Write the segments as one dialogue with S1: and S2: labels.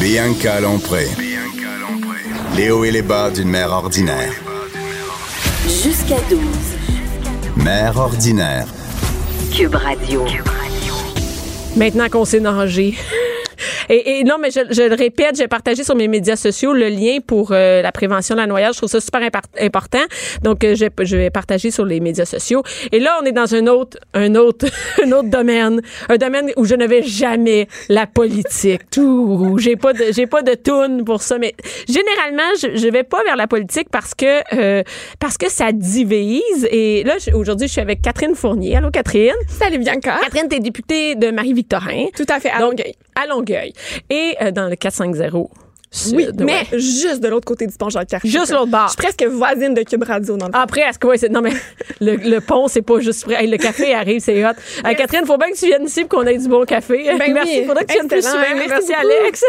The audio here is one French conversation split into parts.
S1: Bianca Lompré. Les hauts et les bas d'une mère ordinaire.
S2: Jusqu'à 12.
S1: Mère ordinaire.
S2: Cube Radio.
S3: Maintenant qu'on s'est nagé. Et, et non, mais je, je le répète, j'ai partagé sur mes médias sociaux le lien pour euh, la prévention de la noyade. Je trouve ça super impar- important. Donc, euh, je, je vais partager sur les médias sociaux. Et là, on est dans un autre, un autre, un autre domaine, un domaine où je ne vais jamais la politique. Tout, j'ai pas de, j'ai pas de tune pour ça. Mais généralement, je, je vais pas vers la politique parce que, euh, parce que ça divise. Et là, je- aujourd'hui, je suis avec Catherine Fournier. Allô, Catherine.
S4: Salut Bianca.
S3: Catherine, t'es députée de Marie-Victorin.
S4: Tout Ah. à fait. Ah à
S3: Donc,
S4: Longueuil.
S3: à Longueuil. Et euh, dans le 450 Sud.
S4: oui,
S3: ouais.
S4: mais juste de l'autre côté du pont Jean-Cartier.
S3: Juste l'autre bord.
S4: Je suis presque voisine de Cube Radio dans le
S3: Après, est-ce que... ouais, c'est- non, mais le, le pont, c'est pas juste... prêt. Hey, le café arrive, c'est hot. Euh, Catherine, faut bien que tu viennes ici pour qu'on ait du bon café.
S4: Ben
S3: merci.
S4: oui.
S3: Faudrait que tu viennes plus
S4: Excellent.
S3: souvent. Merci,
S4: Merci beaucoup.
S3: Alex.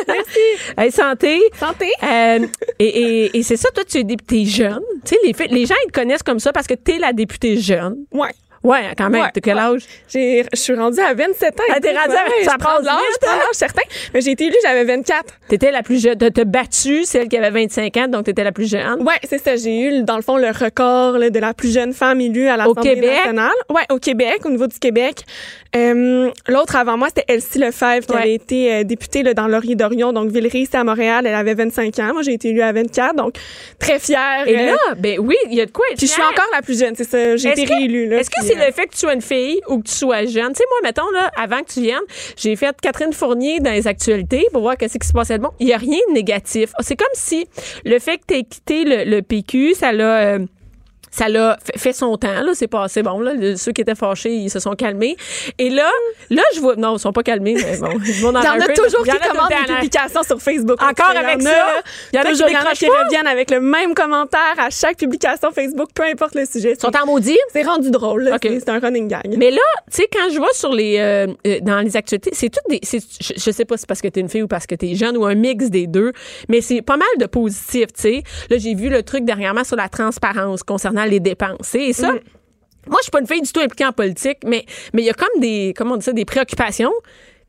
S3: Merci. santé.
S4: Santé.
S3: Euh, et et, et c'est ça, toi, tu es députée jeune. Tu sais, les, filles- les gens, ils te connaissent comme ça parce que t'es la députée jeune.
S4: Ouais.
S3: Ouais, quand même.
S4: Ouais,
S3: T'as quel
S4: ouais.
S3: âge?
S4: J'ai, je suis rendue à 27 ans.
S3: Ah, t'es rendue à-
S4: Ouais,
S3: ça
S4: je prends
S3: passe
S4: de l'âge,
S3: vite,
S4: je prends de l'âge certain. Mais j'ai été élue, j'avais 24.
S3: T'étais la plus jeune. T'as t'as battu celle qui avait 25 ans, donc t'étais la plus jeune.
S4: Ouais, c'est ça. J'ai eu, dans le fond, le record là, de la plus jeune femme élue à l'Assemblée
S3: Québec?
S4: nationale. Ouais, au Québec, au niveau du Québec. Euh, l'autre avant moi, c'était Elsie Lefebvre, qui
S3: Ouais.
S4: avait été euh, députée là, dans Laurier d'Orion, donc Villeray, c'est à Montréal. Elle avait 25 ans. Moi, j'ai été élue à 24, donc très fière.
S3: Et
S4: euh,
S3: là, ben oui, il y a de quoi être
S4: Puis je suis
S3: fière.
S4: encore la plus jeune, c'est ça. J'ai
S3: Est-ce
S4: été
S3: que-
S4: réélue. là,
S3: Est-ce que
S4: puis,
S3: c'est
S4: euh,
S3: le fait que tu sois une fille ou que tu sois jeune? Tu sais, moi, mettons, là, avant que tu viennes, j'ai fait Catherine Fournier dans les actualités pour voir qu'est-ce qui se passait de bon. Il n'y a rien de négatif. Oh, C'est comme si le fait que tu aies quitté le, le PQ, ça l'a... euh, ça l'a fait- fait son temps, là, c'est passé. Bon, là, le- ceux qui étaient fâchés, ils se sont calmés. Et là, là, je vois. Non, ils sont pas calmés, mais bon. ils vont en
S4: Il y en
S3: un
S4: a
S3: peu,
S4: toujours
S3: il y en
S4: qui
S3: a tout le
S4: commandent
S3: temps,
S4: des
S3: là.
S4: publications sur Facebook.
S3: Encore
S4: Il y en
S3: avec
S4: a,
S3: ça?
S4: là.
S3: Il y en a
S4: Peut-être
S3: qui
S4: qu'il y en a
S3: décrochent
S4: qui
S3: pas.
S4: reviennent avec le même commentaire à chaque publication Facebook, peu importe le sujet.
S3: Ils sont en maudit.
S4: C'est rendu drôle. là.
S3: Ok.
S4: C'est c'est un running gag.
S3: Mais là, tu sais, quand je vois sur les euh, euh, dans les actualités, c'est tout des. c'est- Je, je sais pas si c'est parce que t'es une fille ou parce que t'es jeune ou un mix des deux, mais c'est pas mal de positif, tu sais. Là, j'ai vu le truc dernièrement sur la transparence concernant les dépenses. Et ça. Moi, je suis pas une fille du tout impliquée en politique, mais mais il y a comme des comment on dit ça, des préoccupations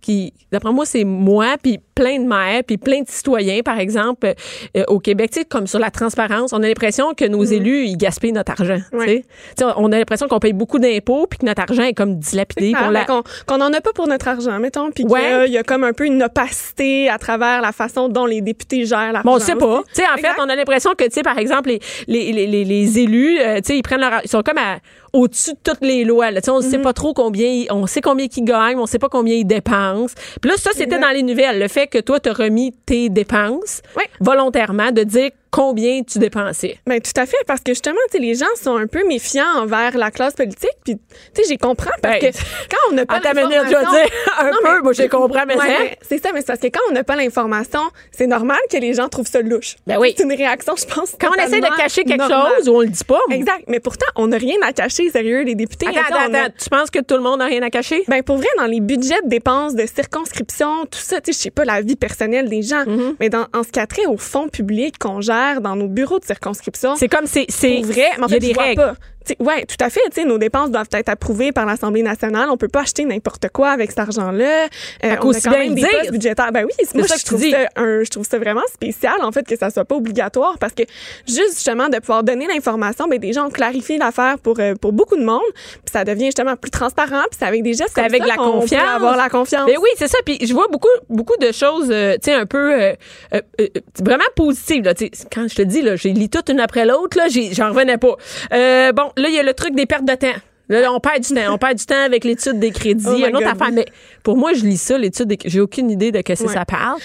S3: qui, d'après moi, c'est moi, puis plein de maires, puis plein de citoyens, par exemple, euh, euh, au Québec, tu sais, comme sur la transparence, on a l'impression que nos élus, ils gaspillent notre argent. tu sais.
S4: Mm. Ouais.
S3: Tu sais, on- on a l'impression qu'on paye beaucoup d'impôts, puis que notre argent est comme dilapidé.
S4: Ah,
S3: puis on la-
S4: mais Qu'on qu'on en a pas pour notre argent, mettons. Puis
S3: Ouais.
S4: qu'il y a- il y a comme un peu une opacité à travers la façon dont les députés gèrent l'argent.
S3: Mais on le sait pas. Tu sais, en
S4: Exact.
S3: fait, on a l'impression que, tu sais, par exemple, les, les, les, les, les élus, euh, tu sais, ils prennent leur, ils sont comme à- au-dessus de toutes les lois, là. Tu sais, on sait pas trop combien, ils- on sait combien qu'ils gagnent, mais on sait pas combien ils dépensent. Puis là, ça, c'était
S4: Exact.
S3: dans les nouvelles. Le fait que toi, t'as remis tes dépenses
S4: Oui.
S3: volontairement de dire combien tu dépensais.
S4: Ben, tout à fait, parce que justement, tu sais, les gens sont un peu méfiants envers la classe politique. Puis, tu sais, j'y comprends parce
S3: Ben,
S4: que quand on n'a pas
S3: À ta
S4: l'information...
S3: minute, je veux dire, un
S4: Non,
S3: peu,
S4: mais-
S3: moi, je comprends, mais
S4: Ouais,
S3: ça-
S4: mais c'est ça, mais c'est parce que quand on n'a pas l'information, c'est normal que les gens trouvent ça louche.
S3: Ben oui.
S4: C'est une réaction, je pense.
S3: Quand on essaie de
S4: totalement
S3: cacher quelque
S4: normale.
S3: chose, on le dit pas. moi.
S4: Exact. Mais pourtant, on n'a rien à cacher, sérieux, les députés.
S3: Attends,
S4: Tu sais,
S3: attends,
S4: on a-
S3: attends. Tu penses que tout le monde n'a rien à cacher?
S4: Ben pour vrai, dans les budgets de dépenses, de circonscription, tout ça, tu sais, je sais pas la vie personnelle des gens,
S3: Mm-hmm.
S4: mais dans, en ce qui a trait aux fonds publics qu'on gère dans nos bureaux de circonscription,
S3: C'est comme c'est, c'est,
S4: pour vrai, mais en
S3: il y a
S4: fait,
S3: des
S4: je vois
S3: règles.
S4: pas. Tu sais, ouais, tout à fait. Tu sais, nos dépenses doivent être approuvées par l'Assemblée nationale. On peut pas acheter n'importe quoi avec cet argent-là. Euh, on a
S3: qu'aussi
S4: quand
S3: bien
S4: même des
S3: dire.
S4: postes budgétaires. Ben oui, moi,
S3: ça
S4: je,
S3: que tu
S4: trouve
S3: dis.
S4: ça, un- je trouve ça vraiment spécial, en fait, que ça soit pas obligatoire parce que juste, justement, de pouvoir donner l'information, ben, des gens ont clarifié l'affaire pour, euh, pour beaucoup de monde. Puis ça devient justement plus transparent. Puis c'est avec des gestes
S3: C'est
S4: comme
S3: avec
S4: ça
S3: la
S4: qu'on peut
S3: confiance.
S4: avoir la confiance.
S3: Mais Ben oui, c'est ça. Puis je vois beaucoup, beaucoup de choses, euh, tu sais, un peu euh, euh, euh, vraiment positives. Là, Tu sais, quand je te dis, là, j'ai lis toutes une après l'autre, là, j'ai- j'en revenais pas. Euh, bon, là, il y a le truc des pertes de temps. Là, là, on perd du temps. On perd du temps avec l'étude des crédits.
S4: Oh my
S3: Une
S4: God,
S3: autre affaire.
S4: oui.
S3: Mais pour moi, je lis ça, l'étude des J'ai aucune idée de qu'est-ce que
S4: Ouais.
S3: ça parle.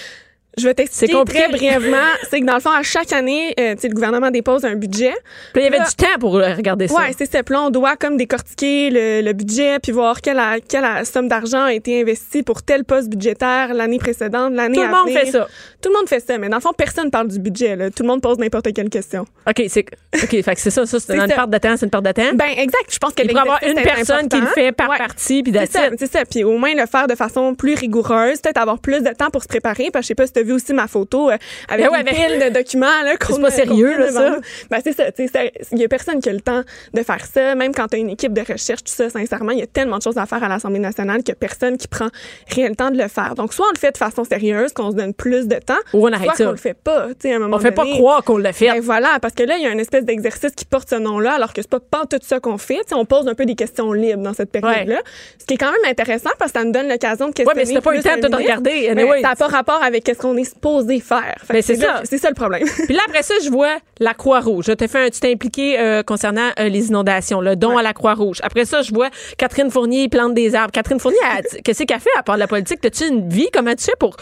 S4: Je vais t'expliquer
S3: C'est compliqué.
S4: très brièvement. C'est que dans le fond, à chaque année, euh, tu sais, le gouvernement dépose un budget.
S3: Puis là, il y avait
S4: Là-
S3: du temps pour euh, regarder ça.
S4: Ouais, c'est ça. Puis là, on doit comme décortiquer le, le budget puis voir quelle, a- quelle a- somme d'argent a été investie pour tel poste budgétaire l'année précédente, l'année
S3: Tout le
S4: à
S3: monde
S4: venir.
S3: fait ça.
S4: Tout le monde fait ça, mais dans le fond, personne parle du budget. là. Tout le monde pose n'importe quelle question.
S3: OK, c'est OK, fait que c'est ça, ça c'est
S4: C'est
S3: une
S4: ça.
S3: part de temps, c'est une part de temps.
S4: Ben exact. Je pense que
S3: Hein? il pourrait y avoir une
S4: l'exercice est
S3: personne qui le
S4: important.
S3: fait par
S4: Ouais.
S3: partie puis
S4: C'est ça,
S3: d'assiette.
S4: c'est ça. Puis au moins le faire de façon plus rigoureuse, peut-être avoir plus de temps pour se préparer. Parce que je sais pas si t'as vu aussi ma photo euh, avec
S3: Ben ouais,
S4: une
S3: avec-
S4: pile de documents là. qu'on
S3: C'est pas
S4: a-
S3: sérieux,
S4: qu'on a
S3: là,
S4: devant
S3: ça.
S4: nous. Ben c'est ça. tu sais, c'est- Il y a personne qui a le temps de faire ça. Même quand t'as une équipe de recherche, tout ça. Sincèrement, il y a tellement de choses à faire à l'Assemblée nationale qu'il y a personne qui prend rien le temps de le faire. Donc soit on le fait de façon sérieuse, qu'on se donne plus de temps,
S3: Ou on arrête
S4: soit
S3: ça.
S4: qu'on le fait pas. Tu sais, à un moment
S3: On fait pas
S4: donné,
S3: croire qu'on l'a fait.
S4: ben voilà, parce que là, il y a une espèce d'exercice qui porte ce nom-là, alors que c'est pas pas tout ça qu'on fait. Tu sais, on pose un peu des questions libres dans cette période-là. Ce qui est quand même intéressant parce que ça nous donne l'occasion de questionner.
S3: Ouais, mais si t'as pas eu le
S4: plus
S3: temps de
S4: un
S3: tout
S4: ministre,
S3: regarder,
S4: ben,
S3: anyway,
S4: ça n'a pas rapport avec ce qu'on est supposé faire. Fait
S3: Ben,
S4: que
S3: c'est
S4: là-
S3: ça.
S4: C'est ça le problème.
S3: Puis là, après ça, je vois la Croix-Rouge. Je t'ai fait un petit impliqué euh, concernant euh, les inondations, le don à la Croix-Rouge. Après ça, je vois Catherine Fournier plante des arbres. Catherine Fournier, elle- qu'est-ce qu'elle fait à part de la politique? T'as-tu une vie? Comment tu fais pour...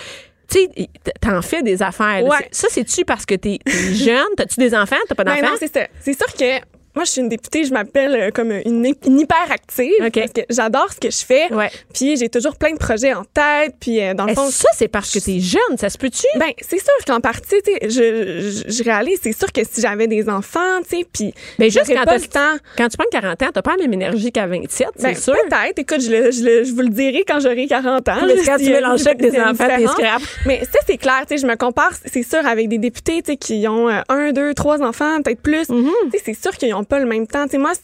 S3: Tu sais, t'en fais des affaires. là.
S4: Ouais.
S3: C'est- Ça, c'est-tu parce que t'es t'es jeune? T'as-tu des enfants? T'as pas
S4: Ben
S3: d'enfants?
S4: non, c'est ça. C'est sûr que moi, je suis une députée, je m'appelle euh, comme une, hy- une hyperactive
S3: OK.
S4: parce que j'adore ce que je fais.
S3: Ouais.
S4: Puis j'ai toujours plein de projets en tête. Puis euh, dans le
S3: Est-ce
S4: fond,
S3: que ça, c'est parce que t'es jeune? Ça se peut-tu?
S4: Ben, c'est sûr qu'en partie, tu sais, je, je, je réalise, c'est sûr que si j'avais des enfants, tu sais, puis
S3: Ben, juste
S4: j'aurais
S3: quand
S4: pas
S3: t'as-
S4: le temps.
S3: Quand tu prends 40 ans, t'as pas la même énergie qu'à 27,
S4: Ben,
S3: c'est sûr.
S4: peut-être. Écoute, je, le- je, le- je vous le dirai quand j'aurai 40 ans.
S3: Mais
S4: là,
S3: quand
S4: si,
S3: tu
S4: euh,
S3: mélanges ça avec des
S4: c'est une
S3: enfants, t'es
S4: différence.
S3: scrap.
S4: Mais ça, c'est clair. Tu sais, je me compare, c'est sûr, avec des députés tu sais, qui ont euh, un, deux, trois enfants, peut-être plus.
S3: Mm-hmm.
S4: Tu sais, C'est sûr qu'ils n'ont pas le même temps. Tu sais, moi, c-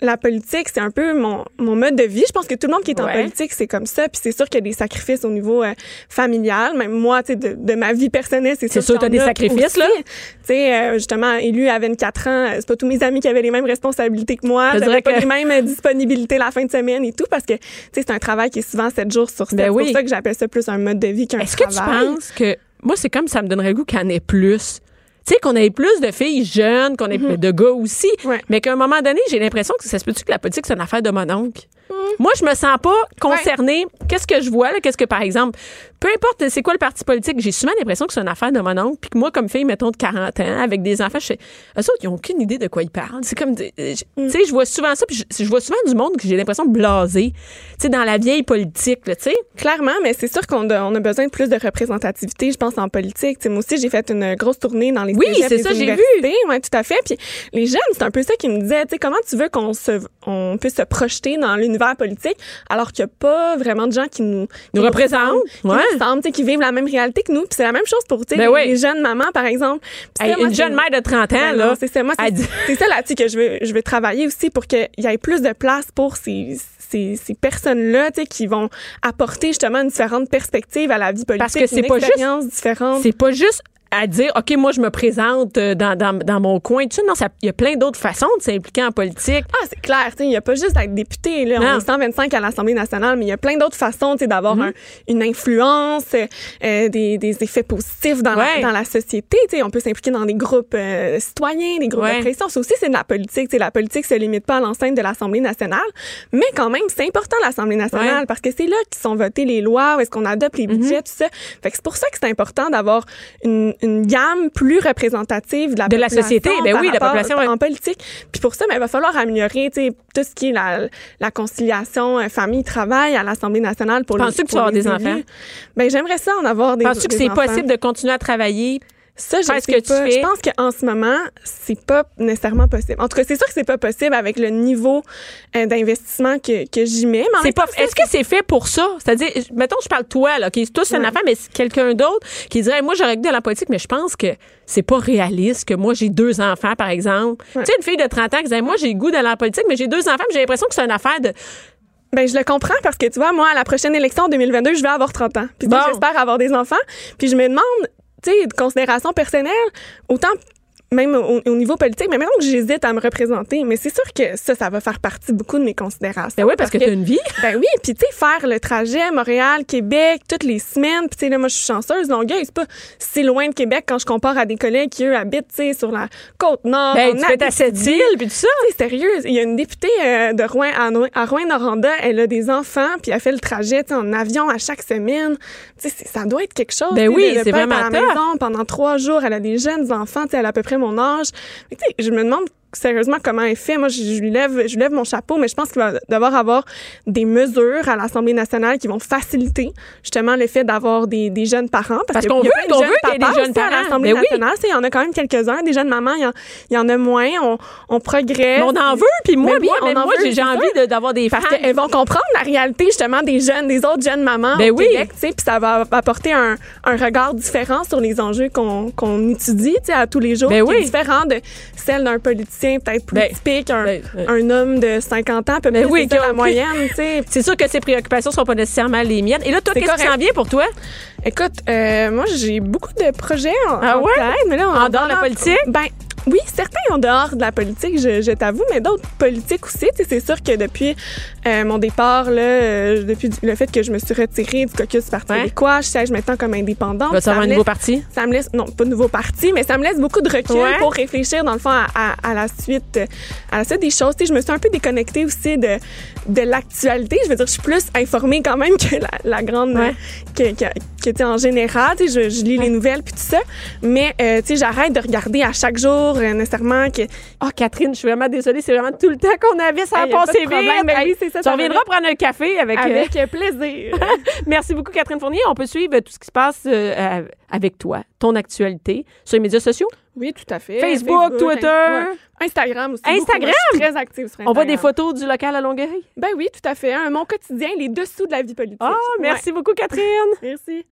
S4: la politique, c'est un peu mon, mon mode de vie. Je pense que tout le monde qui est en
S3: Ouais.
S4: politique, c'est comme ça. Puis c'est sûr qu'il y a des sacrifices au niveau euh, familial. Même moi, tu sais, de, de ma vie personnelle, c'est
S3: C'est
S4: sûr
S3: sûr,
S4: qu'il y
S3: t'as des
S4: en a
S3: sacrifices,
S4: aussi.
S3: là.
S4: Tu sais, euh, justement, élu à 24 ans, euh, c'est pas tous mes amis qui avaient les mêmes responsabilités que moi.
S3: Je dirais
S4: J'avais pas
S3: que-
S4: les mêmes euh, disponibilités la fin de semaine et tout parce que, tu sais, c'est un travail qui est souvent 7 jours sur 7.
S3: Ben oui.
S4: C'est pour ça que j'appelle ça plus un mode de vie qu'un
S3: Est-ce que tu
S4: travail.
S3: penses que moi c'est comme ça me donnerait le goût qu'il y en ait plus tu sais qu'on ait plus de filles jeunes, qu'on ait plus de gars aussi,
S4: Mhm. Ouais.
S3: mais qu'à un moment donné, j'ai l'impression que ça se peut-tu que la politique c'est une affaire de mon oncle.
S4: Mhm.
S3: Moi, je me sens pas concernée. Qu'est-ce que je vois là Qu'est-ce que par exemple, peu importe c'est quoi le parti politique, j'ai souvent l'impression que c'est une affaire de mon oncle. Puis que moi, comme fille, mettons de 40 ans, avec des enfants, je fais, eux autres, ils ont aucune idée de quoi ils parlent. C'est comme, des- euh, je-
S4: Mm.
S3: tu sais, je vois souvent ça, puis je, je vois souvent du monde que j'ai l'impression de blaser. Tu sais, dans la vieille politique, là, tu sais.
S4: Clairement, mais c'est sûr qu'on a, on a besoin de plus de représentativité, je pense, en politique. Tu sais, moi aussi, j'ai fait une grosse tournée dans les
S3: Oui,
S4: cégeps,
S3: c'est
S4: les
S3: ça, j'ai vu.
S4: universités. Oui, tout à fait. Puis les jeunes, c'est un peu ça qui me disaient, tu sais, comment tu veux qu'on se, on puisse se projeter dans l'univers politique alors qu'il n'y a pas vraiment de gens qui nous, qui
S3: Nous représentent,
S4: ressemblent, qui, nous
S3: ouais.
S4: ressemblent, tu sais, qui vivent la même réalité que nous. Puis c'est la même chose pour, tu sais,
S3: Ben
S4: les,
S3: oui.
S4: les jeunes mamans, par exemple. Puis
S3: Hey,
S4: ça, moi,
S3: une
S4: c'est-
S3: jeune mère de 30 ans,
S4: Ben
S3: là.
S4: non, c'est ça. Moi, c'est-
S3: elle dit-
S4: c'est ça là-dessus que je veux, je veux travailler aussi pour qu'il y ait plus de place pour ces, ces, ces personnes-là, tu sais, qui vont apporter justement une différente perspective à la vie politique.
S3: Parce que c'est
S4: une
S3: pas juste-
S4: expérience différente.
S3: C'est pas juste à dire, OK, moi, je me présente euh, dans, dans, dans mon coin. Tu sais, non, ça- il y a plein d'autres façons de s'impliquer en politique.
S4: Ah, c'est clair, tu sais, il n'y a pas juste à être député, là,
S3: Non. Mm-hmm.
S4: on est 125 à l'Assemblée nationale, mais il y a plein d'autres façons, tu sais, d'avoir un- une influence, euh, euh, des, des effets positifs dans,
S3: Ouais.
S4: la, dans la société, tu sais, on peut s'impliquer dans des groupes euh, citoyens, des groupes
S3: Ouais.
S4: de pression, ça aussi c'est de la politique, tu sais, la politique se limite pas à l'enceinte de l'Assemblée nationale, mais quand même, c'est important l'Assemblée nationale,
S3: Ouais. Mm-hmm.
S4: parce que c'est là qu'ils sont votées les lois, où est-ce qu'on adopte les budgets, tout ça, fait que c'est pour ça que c'est important d'avoir une, une gamme plus représentative de la
S3: De la société, ben
S4: par
S3: oui, la
S4: rapport-
S3: population, ouais.
S4: en politique. Puis pour ça, ben, il va falloir améliorer tu sais, tout ce qui est la, la conciliation euh, famille-travail à l'Assemblée nationale pour
S3: Penses-tu
S4: les-
S3: que tu vas
S4: pour
S3: avoir
S4: les
S3: des
S4: élus.
S3: enfants?
S4: Ben, j'aimerais ça en avoir des
S3: Penses-tu que
S4: des
S3: c'est
S4: enfants.
S3: possible de continuer à travailler?
S4: Ça, je
S3: faire ce
S4: sais
S3: que tu
S4: pas.
S3: fais?
S4: Je pense qu'en ce moment, c'est pas nécessairement possible. En tout cas, c'est sûr que c'est pas possible avec le niveau euh, d'investissement que, que j'y mets. mais en
S3: C'est
S4: même
S3: pas,
S4: temps, ça,
S3: est-ce que c'est fait pour ça? C'est-à-dire, je- mettons, je parle de toi, là, qui est tous un affaire, mais c'est quelqu'un d'autre qui dirait, moi, j'aurais goût à la politique, mais je pense que c'est pas réaliste que moi, j'ai deux enfants, par exemple. Tu sais, une fille de 30 ans qui disait, moi, j'ai goût d'aller en politique, mais j'ai deux enfants, puis j'ai l'impression que c'est une affaire de,
S4: Ben, je le comprends parce que tu vois, moi, à la prochaine élection en 2022, je vais avoir 30 ans. Puis tu sais,
S3: Bon.
S4: j'espère avoir des enfants. Puis je me demande, tu sais, de considération personnelle, autant même au, au niveau politique, mais maintenant que j'hésite à me représenter, mais c'est sûr que ça, ça va faire partie beaucoup de mes considérations.
S3: Ben oui, parce, que, tu as une vie.
S4: Ben oui, puis tu sais, faire le trajet Montréal, Québec, toutes les semaines, puis tu sais, là, moi, je suis chanceuse, Longueuil, c'est pas si loin de Québec quand je compare à des collègues qui, eux, habitent, tu sais, sur la Côte-Nord.
S3: Ben,
S4: en
S3: tu peux être à cette
S4: Abitibi.
S3: île, puis tout ça.
S4: C'est sérieux, il y a une députée euh, de Rouen, à, Rouen- à Rouen-Noranda, elle a des enfants, puis elle fait le trajet, tu sais, en avion à chaque semaine. Tu sais, c'est- ça doit être quelque chose.
S3: Ben
S4: tu sais,
S3: oui,
S4: de- de
S3: c'est
S4: pas être
S3: vraiment
S4: à la
S3: tough.
S4: maison pendant trois jours. Elle a des jeunes enfants, tu sais, elle a à peu près mon âge. Mais tu sais, je me demande sérieusement comment elle fait. Moi, je, je lui lève, je lui lève mon chapeau, mais je pense qu'il va devoir avoir des mesures à l'Assemblée nationale qui vont faciliter justement le fait d'avoir des, des jeunes parents.
S3: Parce
S4: qu'il y a
S3: qu'on veut-
S4: plein de
S3: on
S4: jeunes
S3: veut qu'il y ait des
S4: papas
S3: jeunes
S4: aussi à
S3: parents.
S4: l'Assemblée
S3: Ben oui.
S4: nationale. Tu sais, Il y en a quand même quelques-uns. Des jeunes mamans, il y en, il y en a moins. On, on progresse.
S3: Mais on en veut, puis moi,
S4: Mais oui,
S3: moi,
S4: on
S3: même
S4: en
S3: moi,
S4: veut,
S3: j'ai j'ai
S4: c'est
S3: envie de- d'avoir des
S4: parce
S3: fans.
S4: qu'elles vont comprendre la réalité justement des jeunes, des autres jeunes mamans
S3: Ben
S4: au
S3: oui.
S4: Québec, tu sais, puis ça va apporter un, un regard différent sur les enjeux qu'on qu'on étudie, tu sais, à tous les jours,
S3: Ben
S4: qui
S3: oui.
S4: est différent de celle d'un politicien peut-être plus
S3: Ben,
S4: typique, un,
S3: ben, ben.
S4: un homme de 50 ans, peut
S3: Ben
S4: peu
S3: oui,
S4: oui, c'est ça,
S3: qui a-
S4: la moyenne, tu sais.
S3: C'est sûr que ces préoccupations sont pas nécessairement les miennes. Et là, toi,
S4: C'est
S3: qu'est-ce qui
S4: correct.
S3: s'en vient pour toi?
S4: Écoute, euh, moi, j'ai beaucoup de projets en,
S3: Ah
S4: en
S3: ouais?
S4: tête, mais là,
S3: En dehors de la politique?
S4: Ben, oui, certains en dehors de la politique, je, je t'avoue, mais d'autres politiques aussi. Tu sais, C'est sûr que depuis euh, mon départ, là, euh, depuis du- le fait que je me suis retirée du caucus du Parti
S3: Ouais.
S4: québécois, je siège maintenant comme indépendante.
S3: Vas-tu
S4: ça
S3: avoir un
S4: me
S3: nouveau
S4: laisse-
S3: parti?
S4: Ça me laisse, non, pas de nouveau parti, mais ça me laisse beaucoup de recul
S3: Ouais.
S4: pour réfléchir, dans le fond, à, à- à la suite, euh, à la suite des choses. Tu sais, je me suis un peu déconnectée aussi de, de l'actualité. Je veux dire, je suis plus informée quand même que la, la grande, euh,
S3: Ouais.
S4: que, que, que, tu sais, en général. Tu sais, je, je lis les nouvelles puis tout ça, mais euh, tu sais, j'arrête de regarder à chaque jour euh, nécessairement que
S3: Oh, Catherine, je suis vraiment désolée. C'est vraiment tout le temps qu'on avait. Ça
S4: a
S3: a passé
S4: passé
S3: vite. Ben
S4: vite. Hey,
S3: Tu reviendras prendre un café avec. euh,
S4: avec plaisir.
S3: Merci beaucoup, Catherine Fournier. On peut suivre tout ce qui se passe euh, euh, avec toi, ton actualité, sur les médias sociaux.
S4: oui, tout à fait.
S3: Facebook, Twitter.
S4: ouais. Instagram aussi. beaucoup.
S3: Instagram?
S4: Je suis très active sur Instagram.
S3: On voit des photos du local à Longueuil.
S4: Ben oui, tout à fait. Hein, mon quotidien, les dessous de la vie politique.
S3: Ah,
S4: Ouais.
S3: merci beaucoup, Catherine.
S4: Merci.